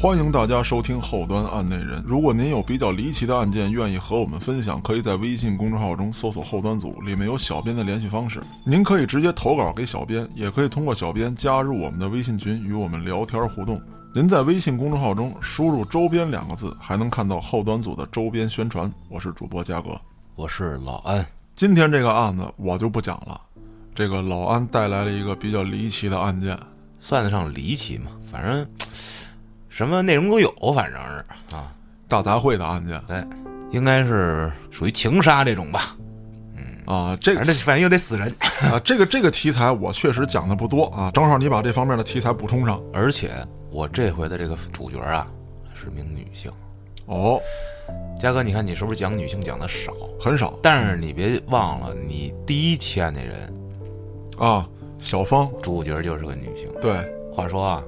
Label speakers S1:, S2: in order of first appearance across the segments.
S1: 欢迎大家收听后端案内人。如果您有比较离奇的案件，愿意和我们分享，可以在微信公众号中搜索“后端组”，里面有小编的联系方式。您可以直接投稿给小编，也可以通过小编加入我们的微信群，与我们聊天互动。您在微信公众号中输入“周边”两个字，还能看到后端组的周边宣传。我是主播嘉哥，
S2: 我是老安。
S1: 今天这个案子我就不讲了，这个老安带来了一个比较离奇的案件。
S2: 算得上离奇嘛，反正什么内容都有，反正是啊，
S1: 大杂烩的案件
S2: 对，应该是属于情杀这种吧，
S1: 啊，这
S2: 反正这反正又得死人，
S1: 啊这个这个题材我确实讲的不多啊，正好你把这方面的题材补充上
S2: 而且我这回的这个主角啊是名女性，
S1: 哦，
S2: 嘉哥，你看你是不是讲女性讲的少？
S1: 很少
S2: 但是你别忘了，你第一期案那人
S1: 啊。小芳
S2: 主角就是个女性。
S1: 对
S2: 话说啊，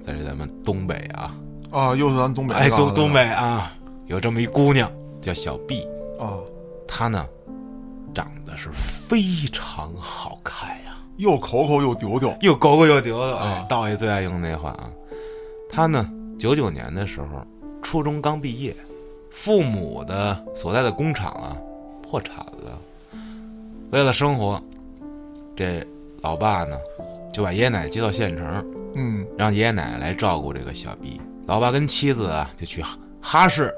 S2: 在这咱们东北啊，
S1: 啊，又是咱东北
S2: 哎，
S1: 旮旯
S2: 东
S1: 的
S2: 东北啊，有这么一姑娘叫小 B，
S1: 啊，
S2: 她呢长得是非常好看呀、
S1: 又口口又丢丢
S2: 又狗狗又丢的
S1: 啊
S2: 哎，道爷最爱用那话啊。他呢，九九年的时候，初中刚毕业，父母的所在的工厂啊破产了，为了生活，这老爸呢就把爷爷奶奶接到县城，
S1: 嗯
S2: 让爷爷奶奶来照顾这个小 B。老爸跟妻子啊就去哈哈市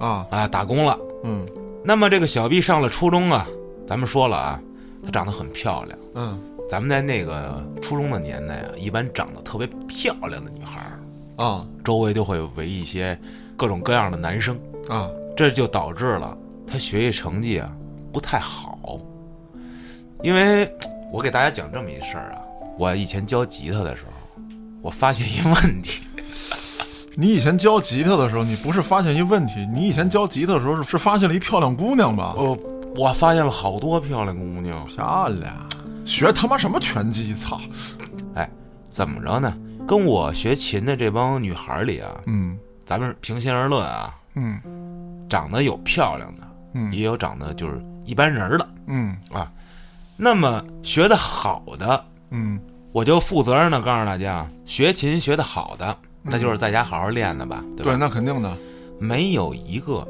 S1: 啊，
S2: 啊打工了。
S1: 嗯
S2: 那么这个小 B 上了初中啊，咱们说了啊，她长得很漂亮。
S1: 嗯
S2: 咱们在那个初中的年代啊，一般长得特别漂亮的女孩儿，
S1: 啊
S2: 周围就会围一些各种各样的男生，
S1: 啊，
S2: 这就导致了她学习成绩啊不太好。因为我给大家讲这么一事儿啊，我以前教吉他的时候，我发现一问题，
S1: 你以前教吉他的时候，你不是发现一问题？你以前教吉他的时候是是发现了一漂亮姑娘吧？
S2: 我 我发现了好多漂亮姑娘，
S1: 漂亮，学他妈什么拳击？操！
S2: 哎，怎么着呢？跟我学琴的这帮女孩儿里啊，
S1: 嗯
S2: 咱们平心而论啊，
S1: 嗯
S2: 长得有漂亮的，
S1: 嗯
S2: 也有长得就是一般人儿的
S1: 嗯
S2: 啊。那么学得好的，
S1: 嗯
S2: 我就负责任的告诉大家，啊学琴学得好的，那就是在家好好练的吧，
S1: 嗯
S2: 对吧？
S1: 对，那肯定的
S2: 没有一个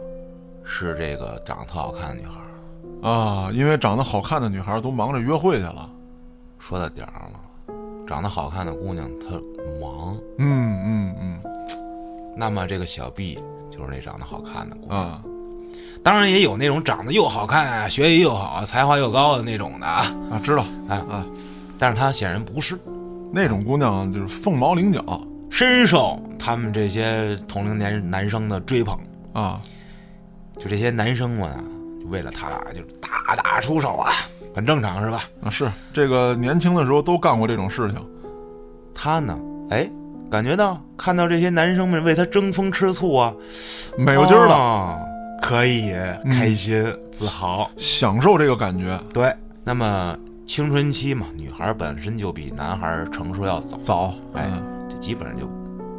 S2: 是这个长得特好看的女孩儿。
S1: 啊，因为长得好看的女孩都忙着约会去了。
S2: 说到点儿上了，长得好看的姑娘她忙，
S1: 嗯嗯
S2: 那么这个小 B 就是那长得好看的姑
S1: 嗯
S2: 娘。
S1: 啊
S2: 当然也有那种长得又好看啊，学习又好，才华又高的那种的啊，
S1: 啊，知道
S2: 哎
S1: 啊，
S2: 但是她显然不是。
S1: 那种姑娘就是凤毛麟角
S2: 深受他们这些同龄年男生的追捧。
S1: 啊
S2: 就这些男生们啊，就为了她就大打出手啊，很正常是吧？
S1: 啊，是这个年轻的时候都干过这种事情
S2: 她呢，哎，感觉到看到这些男生们为她争风吃醋啊，
S1: 美有劲儿了，
S2: 哦可以开心、自豪。
S1: 享受这个感觉
S2: 对，那么青春期嘛，女孩本身就比男孩成熟要早，
S1: 早
S2: 哎
S1: 嗯，
S2: 这基本上就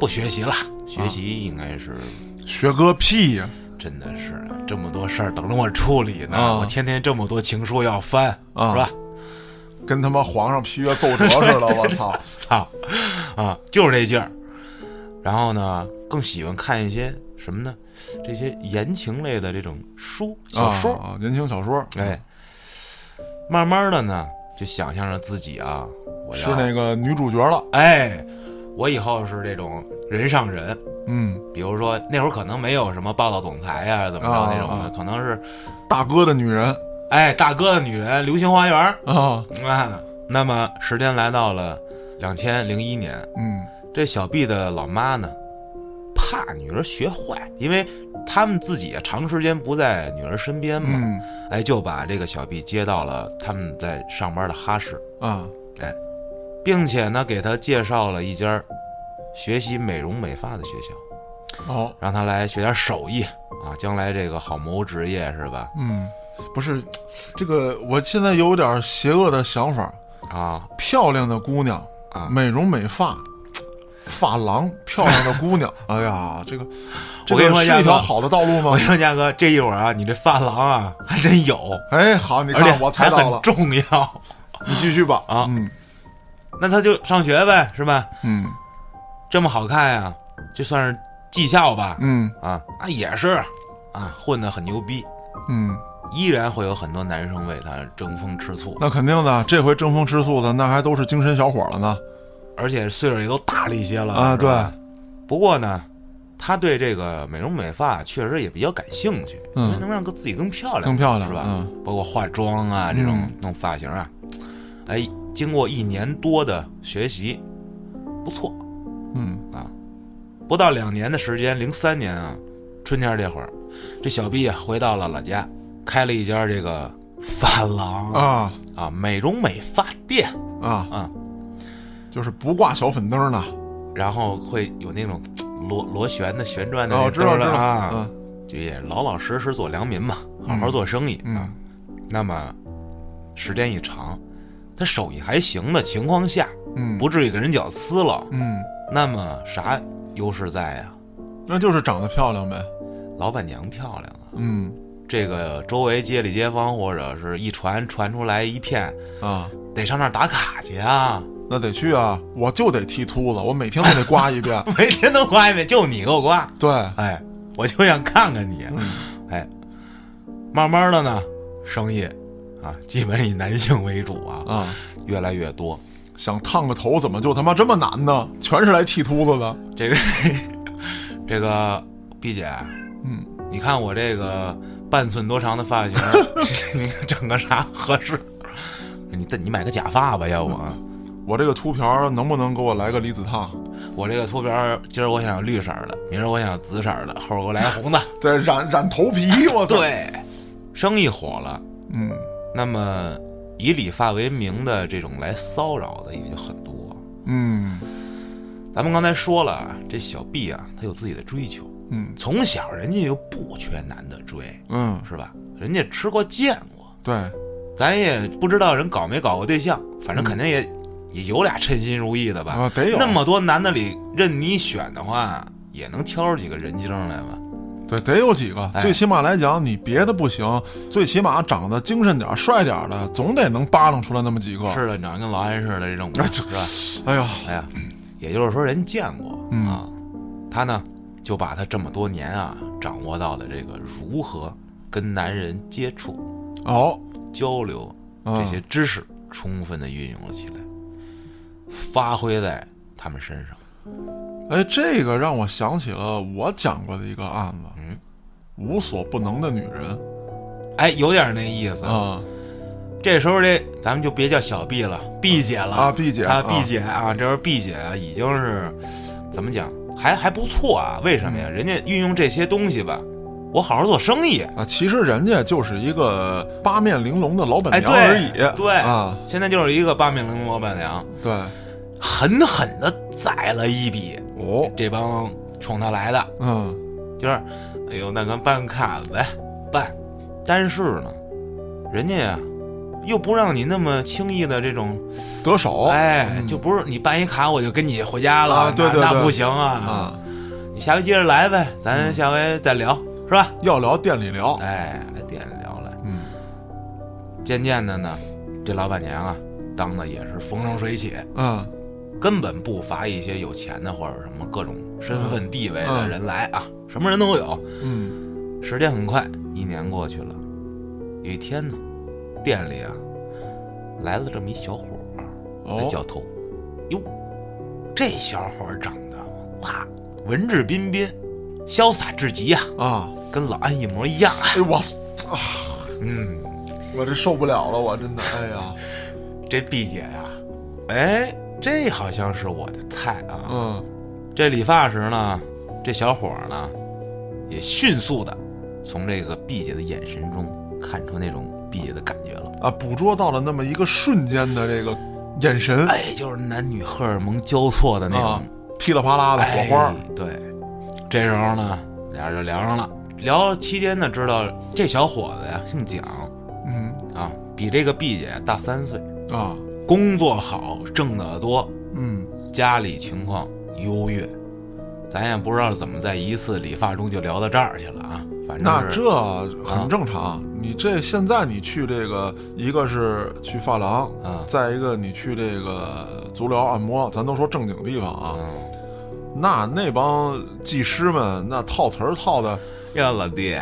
S2: 不学习了，学习应该是
S1: 学个屁呀
S2: 真的是这么多事儿等着我处理呢，
S1: 啊
S2: 我天天这么多情书要翻，
S1: 啊
S2: 是吧？
S1: 跟他妈皇上批阅奏折似的，我 操！
S2: 操，啊，就是这劲儿。然后呢，更喜欢看一些什么呢？这些言情类的这种书、小说。
S1: 啊，啊言情小说，
S2: 哎，慢慢的呢，就想象着自己啊，我
S1: 是
S2: 要
S1: 那个女主角了，
S2: 哎，我以后是这种人上人。
S1: 嗯，
S2: 比如说那会儿可能没有什么霸道总裁呀、怎么
S1: 啊
S2: 着那种的，
S1: 啊
S2: 可能是
S1: 大哥的女人
S2: 哎大哥的女人，流星花园儿
S1: 啊，
S2: 啊。那么时间来到了两千零一年，
S1: 嗯
S2: 这小 B 的老妈呢，怕女儿学坏，因为他们自己也长时间不在女儿身边嘛，
S1: 嗯
S2: 哎，就把这个小 B 接到了他们在上班的哈市，
S1: 啊
S2: 并且呢，给她介绍了一家学习美容美发的学校，
S1: 哦，
S2: 让她来学点手艺啊，将来这个好谋职业是吧？
S1: 嗯，不是这个，我现在有点邪恶的想法，
S2: 啊，
S1: 漂亮的姑娘
S2: 啊
S1: 美容美发，发廊漂亮的姑 娘，哎呀，这个这
S2: 我跟你
S1: 个
S2: 说
S1: 是
S2: 亚
S1: 一
S2: 哥
S1: 条好的道路
S2: 我
S1: 吗
S2: 跟你？说嘉哥，这一会儿啊，你这发廊啊还真有，
S1: 哎，好，你
S2: 而且
S1: 看我猜
S2: 还
S1: 到
S2: 很
S1: 了，
S2: 重要。
S1: 你继续吧。
S2: 啊
S1: 嗯
S2: 那她就上学呗，是吧？
S1: 嗯
S2: 这么好看呀、这算是技校吧，
S1: 嗯
S2: 啊，那也是啊，混得很牛逼，
S1: 嗯，
S2: 依然会有很多男生为他争风吃醋，
S1: 那肯定的，这回争风吃醋的那还都是精神小伙了呢。
S2: 而且岁数也都大了一些了
S1: 啊
S2: 是吧不过呢，他对这个美容美发确实也比较感兴趣，
S1: 嗯
S2: 因为能让自己更漂亮，
S1: 更漂亮
S2: 是吧？
S1: 嗯
S2: 包括化妆啊这种
S1: 嗯
S2: 弄发型啊，哎，经过一年多的学习，不错。
S1: 嗯
S2: 不到两年的时间，零三年啊，春天这会儿，这小毕啊回到了老家，开了一家这个发廊
S1: 啊
S2: 啊美容美发店，
S1: 啊
S2: 啊，
S1: 就是不挂小粉灯呢。
S2: 然后会有那种嘖螺螺旋的旋转的
S1: 哦，
S2: 那
S1: 知道
S2: 灯
S1: 知
S2: 了
S1: 道，
S2: 啊，
S1: 嗯
S2: 就也老老实实做良民嘛，好好做生意。啊
S1: 嗯
S2: 那么时间一长，他手艺还行的情况下，
S1: 嗯，
S2: 不至于给人脚呲了，
S1: 嗯，
S2: 那么啥优势在呀、
S1: 那就是长得漂亮呗。
S2: 老板娘漂亮啊，
S1: 嗯
S2: 这个周围街里街坊或者是一传传出来一片，
S1: 啊，
S2: 得上那儿打卡去啊，
S1: 那得去啊，我就得剃秃子，我每天都得刮一 遍。
S2: 每天都刮一遍，就你给我刮，
S1: 对，
S2: 哎，我就想看看你，哎，慢慢的呢，生意啊，基本以男性为主啊，
S1: 啊，
S2: 越来越多，
S1: 想烫个头怎么就他妈这么难呢？全是来剃秃子的。
S2: 这个 这个毕姐，
S1: 嗯，
S2: 你看我这个半寸多长的发型，你整个啥合适？你你买个假发吧，要不啊？
S1: 我这个秃瓢儿能不能给我来个离子烫？
S2: 我这个秃瓢，今儿我想要绿色儿的，明儿我想要紫色儿的，后儿给我来 个红的。
S1: 再染染头皮，我操！，
S2: 对，生意火了，
S1: 嗯
S2: 那么以理发为名的这种来骚扰的也就很多。
S1: 嗯
S2: 咱们刚才说了啊，这小毕啊，他有自己的追求，
S1: 嗯
S2: 从小人家又不缺男的追，
S1: 嗯，
S2: 是吧？人家吃过见过，
S1: 对，
S2: 咱也不知道人搞没搞过对象，反正肯定也、也有俩称心如意的吧。
S1: 嗯啊得有
S2: 那么多男的里任你选的话，也能挑出几个人精来吧？
S1: 对，得有几个。
S2: 哎
S1: 最起码来讲，你别的不行，最起码长得精神点儿、帅点儿的，总得能扒拉出来那么几个。
S2: 是的，你长得跟老安似的这种，
S1: 哎
S2: 是吧？
S1: 哎呀，
S2: 哎呀，也就是说人见过、
S1: 嗯
S2: 啊，他呢就把他这么多年啊掌握到的这个如何跟男人接触、
S1: 哦，
S2: 交流
S1: 啊
S2: 这些知识，充分的运用了起来，发挥在他们身上。
S1: 哎，这个让我想起了我讲过的一个案子，
S2: 嗯
S1: 无所不能的女人
S2: 哎，有点那意思。
S1: 啊
S2: 这时候这咱们就别叫小毕了，毕姐了
S1: 啊，毕姐
S2: 啊，毕姐啊，这时候毕姐啊，已经是怎么讲，还还不错啊？为什么
S1: 嗯
S2: 呀？人家运用这些东西吧，我好好做生意。
S1: 啊，其实人家就是一个八面玲珑的老板
S2: 哎，
S1: 娘
S2: 对，
S1: 而已，
S2: 对
S1: 啊，
S2: 现在就是一个八面玲珑老板娘，
S1: 对，
S2: 狠狠的宰了一笔
S1: 哦，
S2: 这帮冲他来的，
S1: 嗯
S2: 就是，哎呦，那个办卡呗，办。但是呢，人家呀，又不让你那么轻易的这种
S1: 得手，
S2: 哎，
S1: 嗯
S2: 就不是你办一卡我就跟你回家了，
S1: 啊对
S2: 那
S1: 对对
S2: 那不行啊！
S1: 啊，
S2: 你下回接着来呗，咱下回再聊，是吧？
S1: 要聊店里聊，
S2: 哎，来店里聊来。
S1: 嗯
S2: 渐渐的呢，这老板娘啊，当的也是风生水起，
S1: 嗯
S2: 根本不乏一些有钱的或者什么各种身份地位
S1: 嗯
S2: 的
S1: 嗯
S2: 人来啊，什么人都有。
S1: 嗯
S2: 时间很快，一年过去了，有一天呢，店里啊来了这么一小伙儿、来
S1: 哦，
S2: 教头。哟，这小伙儿长得哇，文质彬彬，潇洒至极呀、
S1: 啊，
S2: 跟老安一模一样啊。
S1: 哎我操，
S2: 嗯，
S1: 我这受不了了，我真的，哎呀，
S2: 这毕姐呀、哎，这好像是我的菜啊。
S1: 嗯
S2: 这理发时呢，这小伙儿呢，也迅速的从这个毕姐的眼神中看出那种毕姐的感觉了。
S1: 啊，捕捉到了那么一个瞬间的这个眼神，
S2: 哎，就是男女荷尔蒙交错的那种、
S1: 啊，噼里啪啦的火花
S2: 哎，对，这时候呢，俩人就聊上了。聊期间呢，知道这小伙子呀，姓蒋
S1: 嗯
S2: 啊，比这个毕姐大三岁，
S1: 啊，
S2: 工作好，挣得多，
S1: 嗯
S2: 家里情况优越。咱也不知道怎么在一次理发中就聊到这儿去了啊，反正
S1: 那
S2: 是啊
S1: 这很正常。你这现在你去这个，一个是去发廊，
S2: 啊
S1: 再一个你去这个足疗按摩，咱都说正经地方啊。
S2: 嗯
S1: 那那帮技师们那套词儿套 的，啊
S2: 呀，老弟，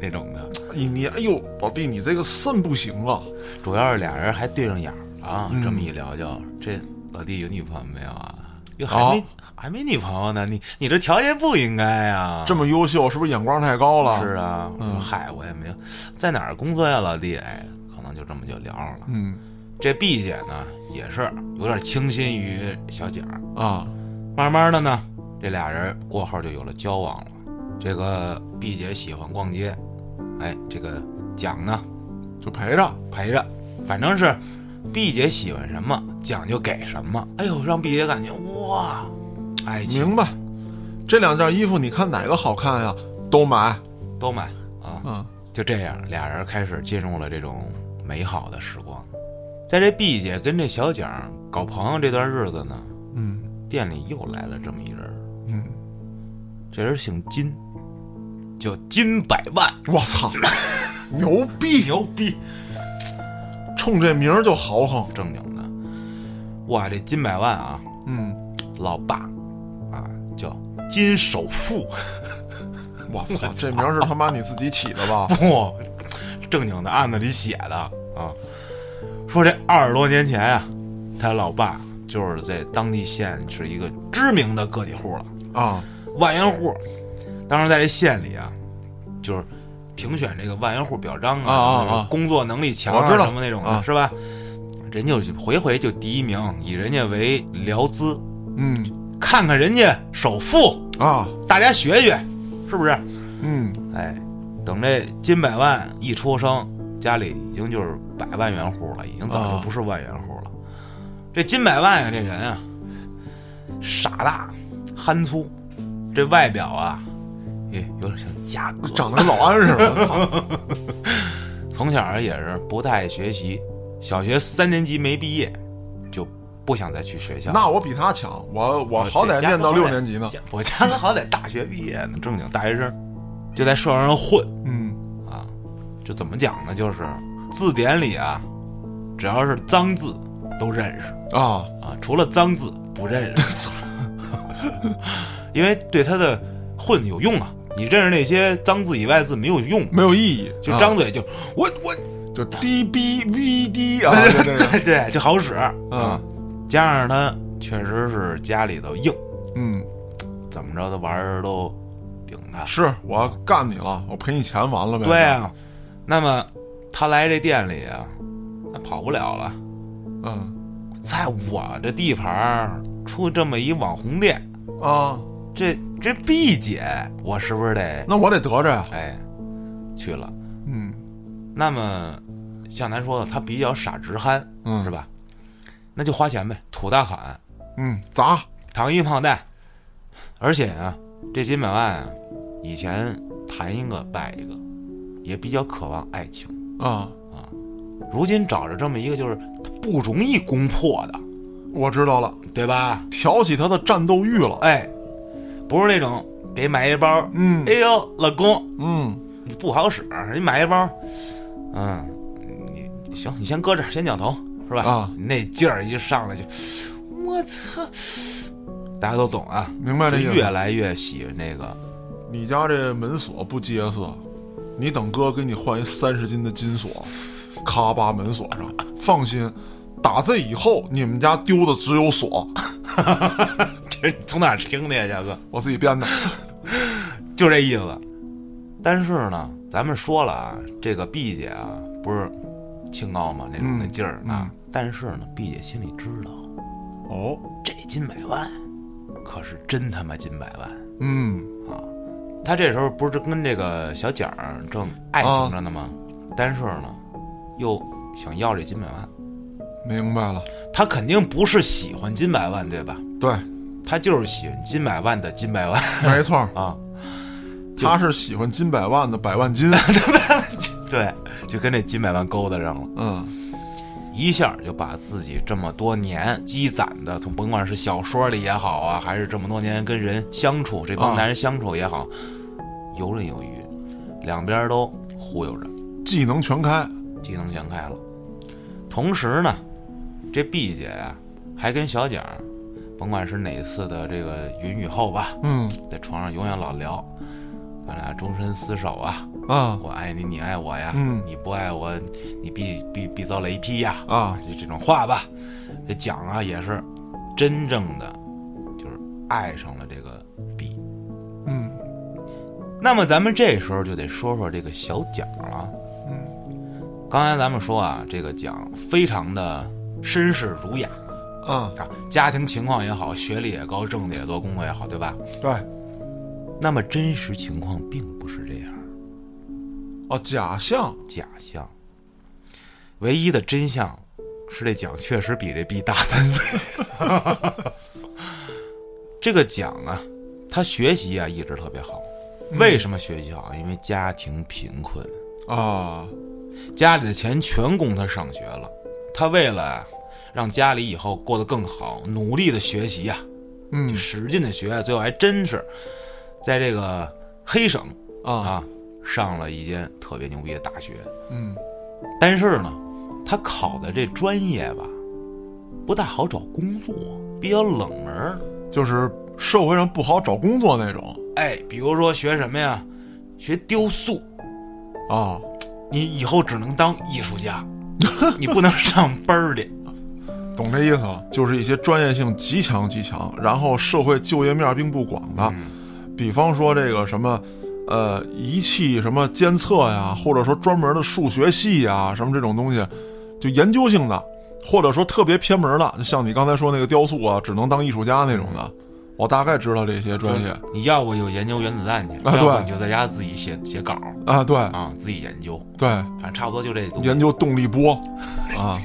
S2: 那种的，
S1: 你你哎呦，老弟，你这个肾不行啊！
S2: 主要是俩人还对上眼儿了啊。
S1: 嗯
S2: 这么一聊就，这老弟有女朋友没有啊？哟，还
S1: 好
S2: 没、还没女朋友呢，你你这条件不应该呀。
S1: 这么优秀，是不是眼光太高嗯了？
S2: 啊是啊，我说嗨，我也没有在哪儿工作呀，老弟，哎，可能就这么就聊上了。
S1: 嗯
S2: 这 B 姐呢，也是有点倾心于小景儿，
S1: 啊，
S2: 慢慢的呢，这俩人过后就有了交往了。这个 B 姐喜欢逛街，哎，这个蒋呢
S1: 就陪着。
S2: 陪着，反正是 B 姐喜欢什么，蒋就给什么。哎呦，让 B 姐感觉哇，爱情
S1: 明白，这两件衣服你看哪个好看呀？都买。
S2: 都买啊，
S1: 嗯
S2: 就这样，俩人开始进入了这种美好的时光。在这 B 姐跟这小蒋搞朋友这段日子呢，
S1: 嗯
S2: 店里又来了这么一人儿，
S1: 嗯，
S2: 这人姓金，叫金百万，
S1: 我操，牛逼！
S2: 牛逼，
S1: 冲这名儿就豪横。
S2: 正经的。哇，这金百万啊，
S1: 嗯，
S2: 老爸啊，叫金首富，
S1: 我操，这名儿是他妈你自己起的吧？
S2: 不，正经的案子里写的啊。说这二十多年前啊，他老爸就是在当地县是一个知名的个体户了，
S1: 啊，
S2: 万元户。当时在这县里啊，就是评选这个万元户表彰
S1: 啊啊啊
S2: 就是工作能力强
S1: 我知道
S2: 什么那种的，
S1: 啊
S2: 是吧？人家就回回就第一名，以人家为聊资，
S1: 嗯
S2: 看看人家首富，
S1: 啊，
S2: 大家学学，是不是？
S1: 嗯，
S2: 哎，等这金百万一出生，家里已经就是百万元户了，已经早就不是万元户了。这金百万呀、这人啊，傻大憨粗，这外表啊，也有点像嘉哥。
S1: 长得跟老安似的。 我操
S2: 从小也是不太爱学习，小学三年级没毕业，就不想再去学校。
S1: 那我比他强，我我好歹念到六年级呢。
S2: 我家哥好歹大学毕业呢，正经大学生，就在社会上混。
S1: 嗯
S2: 啊，就怎么讲呢？就是字典里啊，只要是脏字都认识
S1: 啊，
S2: 啊，除了脏字不认识， 因为对他的混有用啊。你认识那些脏字以外的字没有用，
S1: 没有意义，
S2: 就
S1: 啊
S2: 张嘴就、我我，
S1: 就 D B V D 啊，就这个
S2: 对哎对，就好使啊
S1: 啊。
S2: 加上他确实是家里头硬，
S1: 嗯，
S2: 怎么着的玩儿都顶他。
S1: 是我干你了，我赔你钱完了呗。
S2: 对啊，那么他来这店里啊，那跑不了了。
S1: 嗯
S2: 在我这地盘儿出这么一网红店，
S1: 啊，
S2: 这这 B 姐，我是不是得
S1: 那我得得着呀。
S2: 哎去了？
S1: 嗯
S2: 那么像咱说的，他比较傻直憨，
S1: 嗯
S2: 是吧？那就花钱呗，土大款，
S1: 嗯，砸
S2: 糖衣炮弹。而且啊，这金百万啊，以前谈一个败一个，也比较渴望爱情。
S1: 啊！
S2: 如今找着这么一个就是他不容易攻破的，
S1: 我知道了，
S2: 对吧？
S1: 挑起他的战斗欲了。
S2: 哎，不是那种得买一包
S1: 嗯
S2: 哎呦，老公，
S1: 嗯
S2: 你不好使，你买一包，嗯，你你行，你先搁这儿，先绞头，是吧？
S1: 啊
S2: 那劲儿一就上来就，我操！大家都懂啊，
S1: 明白这意思
S2: 就越来越喜欢这个，
S1: 你家这门锁不结实，你等哥给你换一三十斤的金锁，咔吧门锁上。放心，打这以后你们家丢的只有锁，
S2: 这你从哪儿听的呀，嘉哥？
S1: 我自己编的。
S2: 就这意思。但是呢，咱们说了啊，这个毕姐啊，不是清高嘛，那种
S1: 嗯
S2: 那劲儿啊。
S1: 嗯
S2: 但是呢，毕姐心里知道，
S1: 哦，
S2: 这金百万可是真他妈金百万。
S1: 嗯
S2: 他这时候不是跟这个小蒋儿正爱情着呢吗？但是呢，又想要这金百万，
S1: 明白了。
S2: 他肯定不是喜欢金百万，对吧？
S1: 对，
S2: 他就是喜欢金百万的金百万
S1: 没 错，
S2: 啊，
S1: 他是喜欢金百万的百万 金。
S2: 对，就跟这金百万勾搭上了，
S1: 嗯
S2: 一下就把自己这么多年积攒的，从甭管是小说里也好啊，还是这么多年跟人相处，这帮
S1: 啊
S2: 男人相处也好，游刃有余，两边都忽悠着。
S1: 技能全开。
S2: 技能全开了。同时呢，这毕姐啊，还跟小蒋儿，甭管是哪次的这个云雨后吧，
S1: 嗯
S2: 在床上永远老聊，咱俩终身厮守啊，
S1: 啊
S2: 我爱你，你爱我呀，
S1: 嗯
S2: 你不爱我，你必必必遭雷劈呀，
S1: 啊
S2: 就这种话吧，这讲啊也是真正的就是爱上了这个笔。
S1: 嗯
S2: 那么咱们这时候就得说说这个小蒋了。啊
S1: 嗯
S2: 刚才咱们说啊，这个蒋非常的绅士儒雅
S1: 啊，
S2: 啊，家庭情况也好，学历也高，挣的也多，工作也好，对吧？
S1: 对，
S2: 那么真实情况并不是这样，
S1: 哦，假象
S2: 假象。唯一的真相是这蒋确实比这 B 大三岁。 这个蒋啊，他学习啊一直特别好。
S1: 嗯
S2: 为什么学习好？因为家庭贫困。
S1: 啊，
S2: 家里的钱全供他上学了。他为了让家里以后过得更好，努力的学习呀、
S1: 嗯
S2: 使劲的学，最后还真是在这个黑省
S1: 啊，
S2: 啊上了一间特别牛逼的大学。
S1: 嗯
S2: 但是呢，他考的这专业吧，不大好找工作，比较冷门儿。
S1: 就是社会上不好找工作那种
S2: 哎，比如说学什么呀？学雕塑，
S1: 啊，
S2: 你以后只能当艺术 家，你不能上班儿去。
S1: 懂这意思了？就是一些专业性极强极强，然后社会就业面并不广的，比方说这个什么。呃，仪器什么监测呀，或者说专门的数学系呀，什么这种东西，就研究性的，或者说特别偏门的，就像你刚才说那个雕塑啊，只能当艺术家那种的，我大概知道这些
S2: 哎
S1: 专业
S2: 你要不就研究原子弹去，
S1: 啊
S2: 要不
S1: 对
S2: 你就在家自己写写稿
S1: 啊，对
S2: 啊，自己研究，
S1: 对，
S2: 反正差不多就这东西，
S1: 研究动力波啊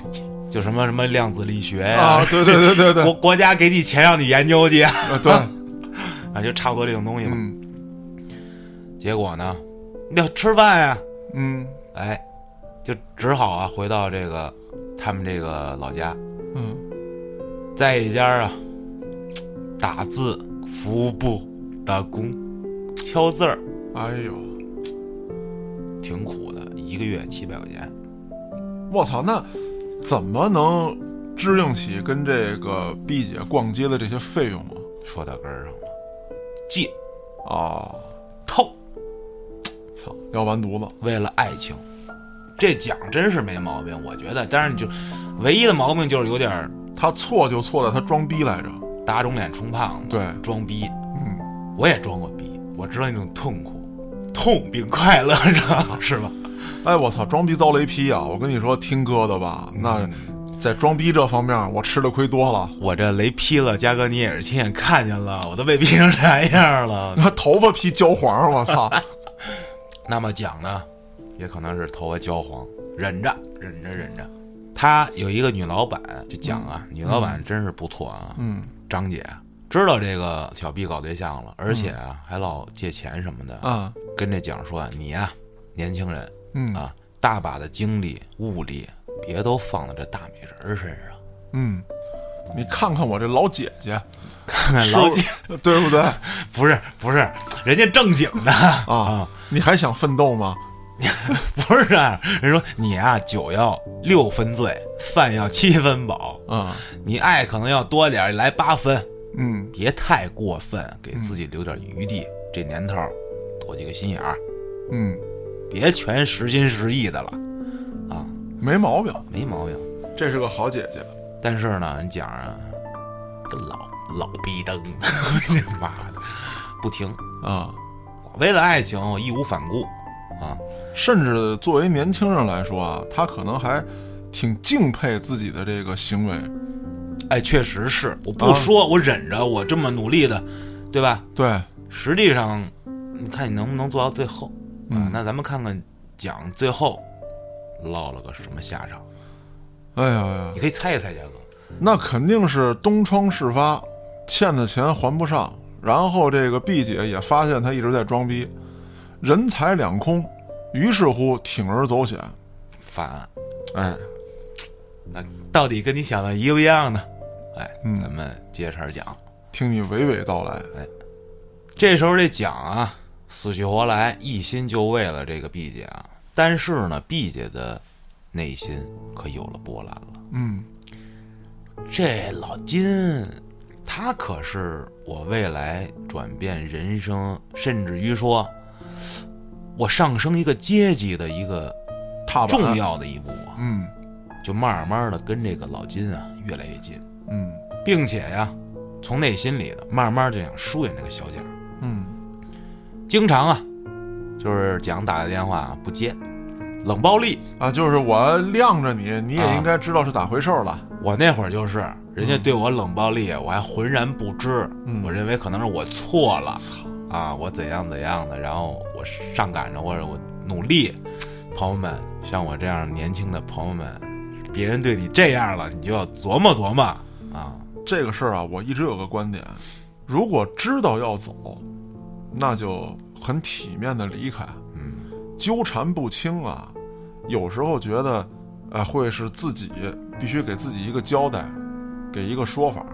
S2: 就什么什么量子力学呀、
S1: 啊，对对对对对
S2: 哎国国家给你钱让你研究去，啊，
S1: 啊对，
S2: 就差不多这种东西嘛。
S1: 嗯
S2: 结果呢，你得吃饭呀、
S1: 嗯
S2: 哎，就只好啊回到这个他们这个老家，
S1: 嗯
S2: 在一家啊打字服务部打工，敲字儿
S1: 哎呦，
S2: 挺苦的，一个月七百块钱。
S1: 我操，那怎么能支应起跟这个 B 姐逛街的这些费用啊？
S2: 说到根儿上了，借
S1: 啊，
S2: 透。
S1: 操，要完犊子
S2: 为了爱情，这讲真是没毛病。我觉得，但是就唯一的毛病就是有点儿
S1: 他错就错在他装逼来着，
S2: 打肿脸充胖子，
S1: 对，
S2: 装逼。
S1: 嗯，
S2: 我也装过逼，我知道那种痛苦，痛并快乐 着，是吧？
S1: 哎，我操，装逼遭雷劈啊！我跟你说，听哥的吧，那在装逼这方面，我吃的亏多了。
S2: 我这雷劈了，嘉哥你也是亲眼看见了，我都被劈成啥样了。
S1: 那头发劈焦黄，我操！
S2: 那么讲呢，也可能是头发焦黄，忍着，忍着，忍着。他有一个女老板，就讲啊，女老板真是不错啊，
S1: 嗯，
S2: 张姐知道这个小 B 搞对象了，而且啊、还老借钱什么的，
S1: 啊，
S2: 跟这蒋说啊你呀、年轻人
S1: 嗯
S2: 啊，大把的精力物力别都放在这大美人儿身上。
S1: 嗯，你看看我这老姐姐，
S2: 看看
S1: 是
S2: 哎 老
S1: 不
S2: 姐，
S1: 对不对
S2: 不是不是，人家正经的，
S1: 啊？你还想奋斗吗？
S2: 不是这样。人说你啊，酒要六分醉，饭要七分饱，
S1: 啊，
S2: 你爱可能要多点儿，来八分，
S1: 嗯
S2: 别太过分，给自己留点余地。这年头儿，多几个心眼儿。
S1: 嗯，
S2: 别全实心实意的了，啊，
S1: 没毛病，
S2: 没毛病。
S1: 这是个好姐姐。
S2: 但是呢，你讲啊，这老老逼灯， 妈的，不停。
S1: 啊，
S2: 为了爱情，我义无反顾，啊，
S1: 甚至作为年轻人来说啊，他可能还挺敬佩自己的这个行为。
S2: 哎，确实是，我不
S1: 啊
S2: 说，我忍着，我这么努力的，对吧？
S1: 对，
S2: 实际上，你看你能不能做到最后？啊，那咱们看看讲最后落了个什么下场？
S1: 哎呀呀
S2: 你，可以猜一猜，嘉哥。
S1: 那肯定是东窗事发，欠的钱还不上，然后这个 B 姐也发现他一直在装逼，人财两空，于是乎铤而走险。
S2: 犯案，
S1: 哎，
S2: 那到底跟你想的一不一样呢？哎，咱们接茬儿讲。
S1: 听你娓娓道来。
S2: 这时候这蒋啊，死去活来，一心就为了这个毕姐啊。但是呢，毕姐的内心可有了波澜了。
S1: 嗯
S2: 这老金他可是我未来转变人生，甚至于说，我上升一个阶级的一个
S1: 踏板
S2: 重，要的一步啊，
S1: 嗯
S2: 就慢慢的跟这个老金啊越来越近，
S1: 嗯
S2: 并且呀、从内心里的慢慢就想疏远这个小姐儿，
S1: 嗯
S2: 经常啊，就是蒋打来电话啊不接，冷暴力。
S1: 啊，就是我晾着你，你也应该知道是咋回事儿了。
S2: 我那会儿就是，人家对我冷暴力，我还浑然不知，
S1: 嗯
S2: 我认为可能是我错了
S1: 操、
S2: 啊，我怎样怎样的，然后我上赶着或者我努力。朋友们，像我这样年轻的朋友们，别人对你这样了，你就要琢磨琢磨啊。
S1: 这个事儿啊，我一直有个观点，如果知道要走，那就很体面的离开。
S2: 嗯
S1: 纠缠不清啊，有时候觉得，呃，会是自己必须给自己一个交代，给一个说法，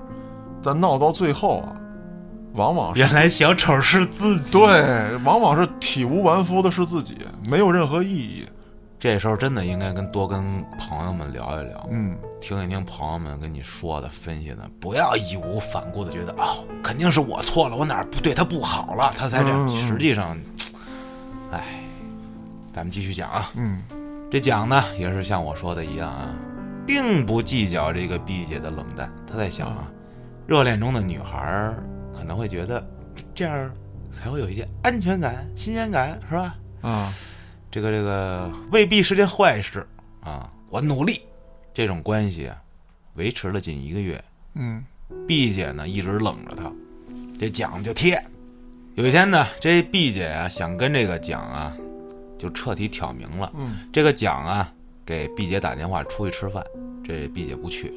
S1: 但闹到最后啊，往往是
S2: 原来小丑是自己。，
S1: 对，往往是体无完肤的是自己，没有任何意义。
S2: 这时候真的应该跟多跟朋友们聊一聊，
S1: 嗯，
S2: 听一听朋友们跟你说的、分析的，不要义无反顾的觉得哦，肯定是我错了，我哪儿不对他不好了，他才这
S1: 嗯嗯
S2: 样。
S1: 嗯
S2: 实际上，哎，咱们继续讲啊。
S1: 嗯，
S2: 这讲呢，也是像我说的一样啊，并不计较这个 B 姐的冷淡，她在想啊，热恋中的女孩儿可能会觉得这样才会有一些安全感、新鲜感，是吧？
S1: 啊，
S2: 这个这个未必是件坏事啊。我努力，这种关系啊，维持了近一个月。
S1: 嗯
S2: B 姐呢一直冷着他，这蒋就贴。有一天呢，这 B 姐啊想跟这个蒋啊就彻底挑明了。
S1: 嗯
S2: 这个蒋啊给 B 姐打电话出去吃饭，这 B 姐不去，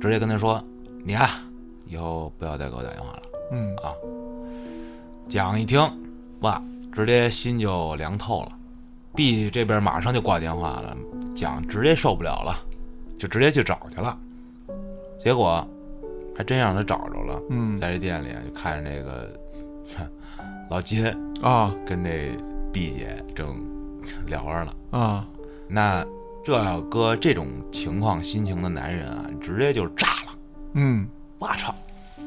S2: 直接跟他说：“你啊，以后不要再给我打电话了。”
S1: 嗯
S2: 蒋一听，哇，直接心就凉透了。B 这边马上就挂电话了，蒋直接受不了了，就直接去找去了。结果还真让他找着了，
S1: 嗯
S2: 在这店里就看着这个哼老金
S1: 啊
S2: 跟这 B 姐正聊着呢。
S1: 啊，
S2: 那这要搁这种情况心情的男人啊，直接就炸了！
S1: 嗯
S2: 我操，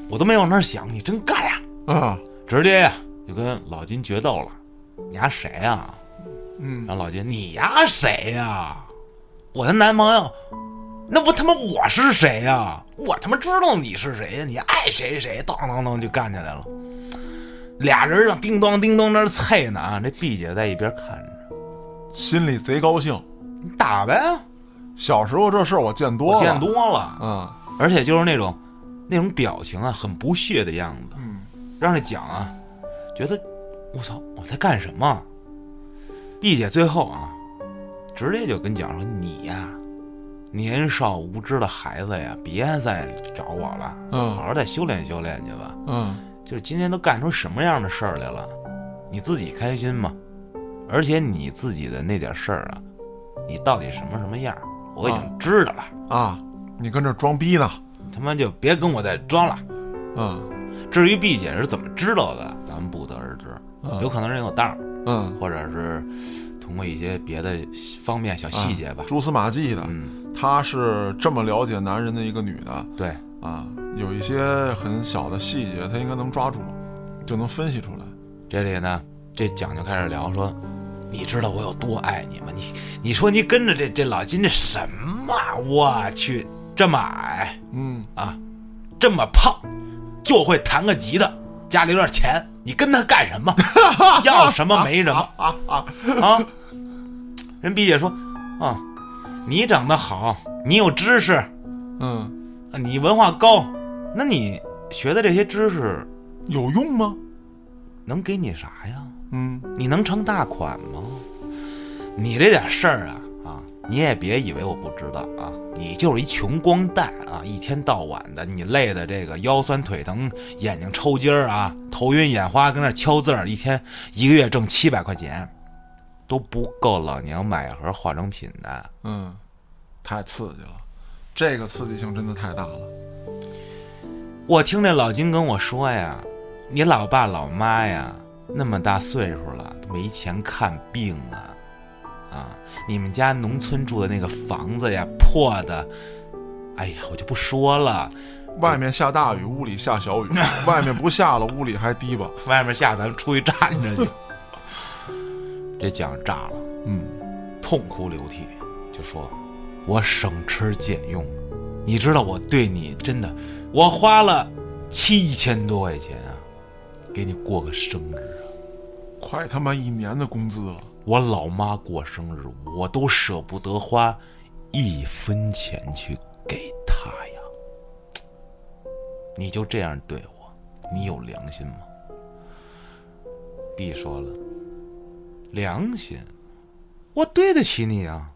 S2: 我都没往那儿想，你真干呀！
S1: 啊，
S2: 直接呀就跟老金决斗了。你丫谁呀？
S1: 嗯
S2: 然后老金，你丫谁呀？我的男朋友，那不他妈我是谁呀？我他妈知道你是谁呀？你爱谁谁，当当当就干起来了。俩人啊，叮咚叮咚那儿菜呢啊！这 B 姐在一边看着，
S1: 心里贼高兴。
S2: 你打呗，
S1: 小时候这事儿我见多
S2: 我
S1: 了，
S2: 见多了。
S1: 啊，
S2: 而且就是那种那种表情啊，很不屑的样子，
S1: 嗯
S2: 让这蒋啊觉得我操我在干什么。毕姐最后啊，直接就跟蒋说：“你呀、年少无知的孩子呀，别再找我了，好
S1: 嗯
S2: 好再修炼修炼去吧。
S1: 嗯
S2: 就是今天都干出什么样的事儿来了，你自己开心吗？而且你自己的那点事儿啊，你到底什么什么样儿，我已经知道了，
S1: 啊，你跟这装逼呢？
S2: 你他妈就别跟我再装了。”
S1: 嗯
S2: 至于 B 姐是怎么知道的，咱们不得而知，
S1: 嗯
S2: 有可能是有道儿，
S1: 嗯，
S2: 或者是通过一些别的方面小细节吧。
S1: 蛛丝马迹的。
S2: 嗯，
S1: 她是这么了解男人的一个女的
S2: 对，
S1: 啊，有一些很小的细节，她应该能抓住，就能分析出来。
S2: 这里呢，这蒋就开始聊说，你知道我有多爱你吗？你你说你跟着这这老金这什么啊？我去，这么矮
S1: 嗯
S2: 啊，这么胖，就会弹个吉他，家里有点钱，你跟他干什么？要什么没什么。
S1: 啊啊，
S2: 啊，人 B 姐说啊，你长得好，你有知识，
S1: 嗯，
S2: 你文化高，那你学的这些知识
S1: 有用吗？
S2: 能给你啥呀？
S1: 嗯
S2: 你能成大款吗？你这点事儿啊啊，你也别以为我不知道啊，你就是一穷光蛋啊，一天到晚的你累的这个腰酸腿疼，眼睛抽筋儿啊，头晕眼花，跟那敲字儿，一天一个月挣七百块钱，都不够老娘买一盒化妆品的。
S1: 嗯，太刺激了，这个刺激性真的太大了。
S2: 我听这老金跟我说呀，你老爸老妈呀，那么大岁数了，都没钱看病啊，啊，你们家农村住的那个房子呀，破的，哎呀，我就不说了，
S1: 外面下大雨，屋里下 小雨；外面不下了，屋里还滴吧。
S2: 外面下，咱们出去站着去。 这蒋炸了，
S1: 嗯，
S2: 痛哭流涕，就说：“我省吃俭用，你知道我对你真的，我花了七千多块钱啊，给你过个生日啊。
S1: 快他妈一年的工资了，
S2: 我老妈过生日，我都舍不得花一分钱去给她呀。你就这样对我，你有良心吗？”B 说了：“良心，我对得起你啊。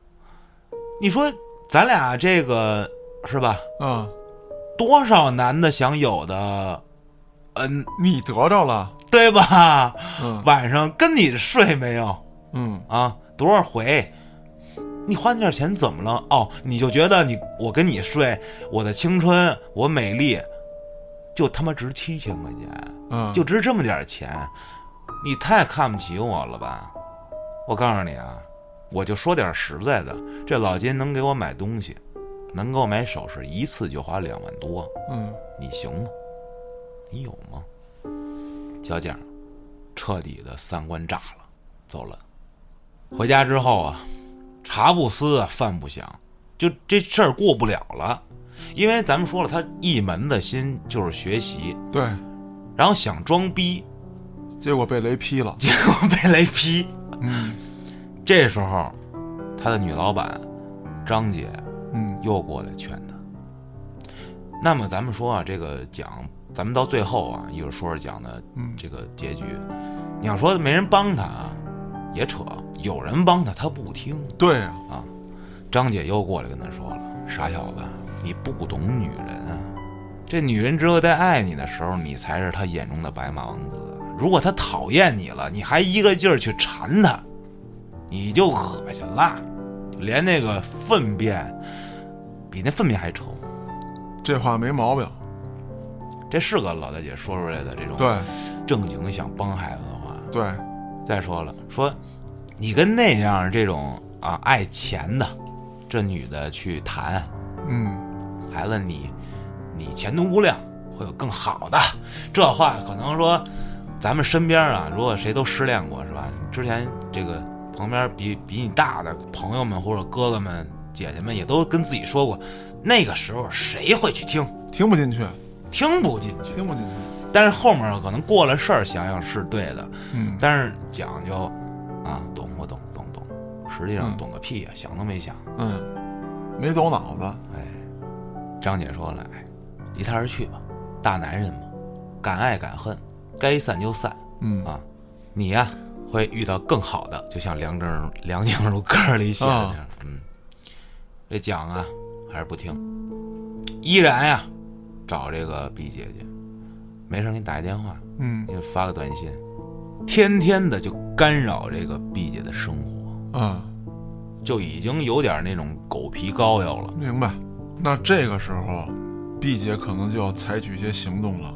S2: 你说咱俩这个是吧？
S1: 啊，
S2: 多少男的想有的，嗯，
S1: 你得着了，
S2: 对吧？
S1: 嗯
S2: 晚上跟你睡没有？
S1: 嗯，
S2: 啊，多少回，你花那点钱怎么了？哦，你就觉得你我跟你睡，我的青春，我美丽，就他妈值七千块钱，
S1: 嗯，
S2: 就值这么点钱，你太看不起我了吧？我告诉你啊，我就说点实在的，这老金能给我买东西，能给我买首饰，一次就花两万多，
S1: 嗯，
S2: 你行吗？你有吗？小蒋彻底的三观炸了，走了。回家之后啊，茶不思啊，饭不想，就这事儿过不了了。因为咱们说了，他一门的心就是学习，
S1: 对，
S2: 然后想装逼，
S1: 结果被雷劈了，
S2: 结果被雷劈。
S1: 嗯
S2: 这时候，他的女老板张姐
S1: 嗯
S2: 又过来劝他。那么咱们说啊，这个蒋，咱们到最后啊，一会儿说说蒋的
S1: 嗯，
S2: 这个结局。你要说没人帮他啊，也扯；有人帮他，他不听。
S1: 对啊呀，
S2: 张姐又过来跟他说了：“傻小子，你不懂女人啊！这女人只有在爱你的时候，你才是她眼中的白马王子。如果她讨厌你了，你还一个劲儿去缠她，你就恶心啦！就连那个粪便，比那粪便还臭。
S1: 这话没毛病，
S2: 这是个老大姐说出来的这种
S1: 对
S2: 正经想帮孩子的话。
S1: 对，
S2: 再说了，说你跟那样这种啊爱钱的这女的去谈，
S1: 嗯
S2: 孩子你你前途无量，会有更好的。这话可能说，咱们身边啊，如果谁都失恋过是吧？之前这个旁边比比你大的朋友们或者哥哥们、姐姐们也都跟自己说过，那个时候谁会去听？
S1: 听不进去，
S2: 听不进去。
S1: 听不进去，
S2: 但是后面可能过了事儿，想想是对的，
S1: 嗯
S2: 但是讲究啊，懂我懂懂懂，实际上
S1: 嗯
S2: 懂个屁呀、想都没想。
S1: 嗯，没走脑子，
S2: 哎，张姐说了，哎，离他而去吧，大男人嘛，敢爱敢恨，该散就散
S1: 嗯
S2: 啊。你呀、会遇到更好的，就像梁静茹梁静茹歌里写的那样。嗯，这蒋啊还是不听，依然呀、找这个毕姐姐，没事儿给你打一电话，
S1: 嗯
S2: 给你发个短信，天天的就干扰这个毕姐的生活，
S1: 啊，
S2: 就已经有点那种狗皮膏药了。
S1: 明白。那这个时候，B 姐可能就要采取一些行动了，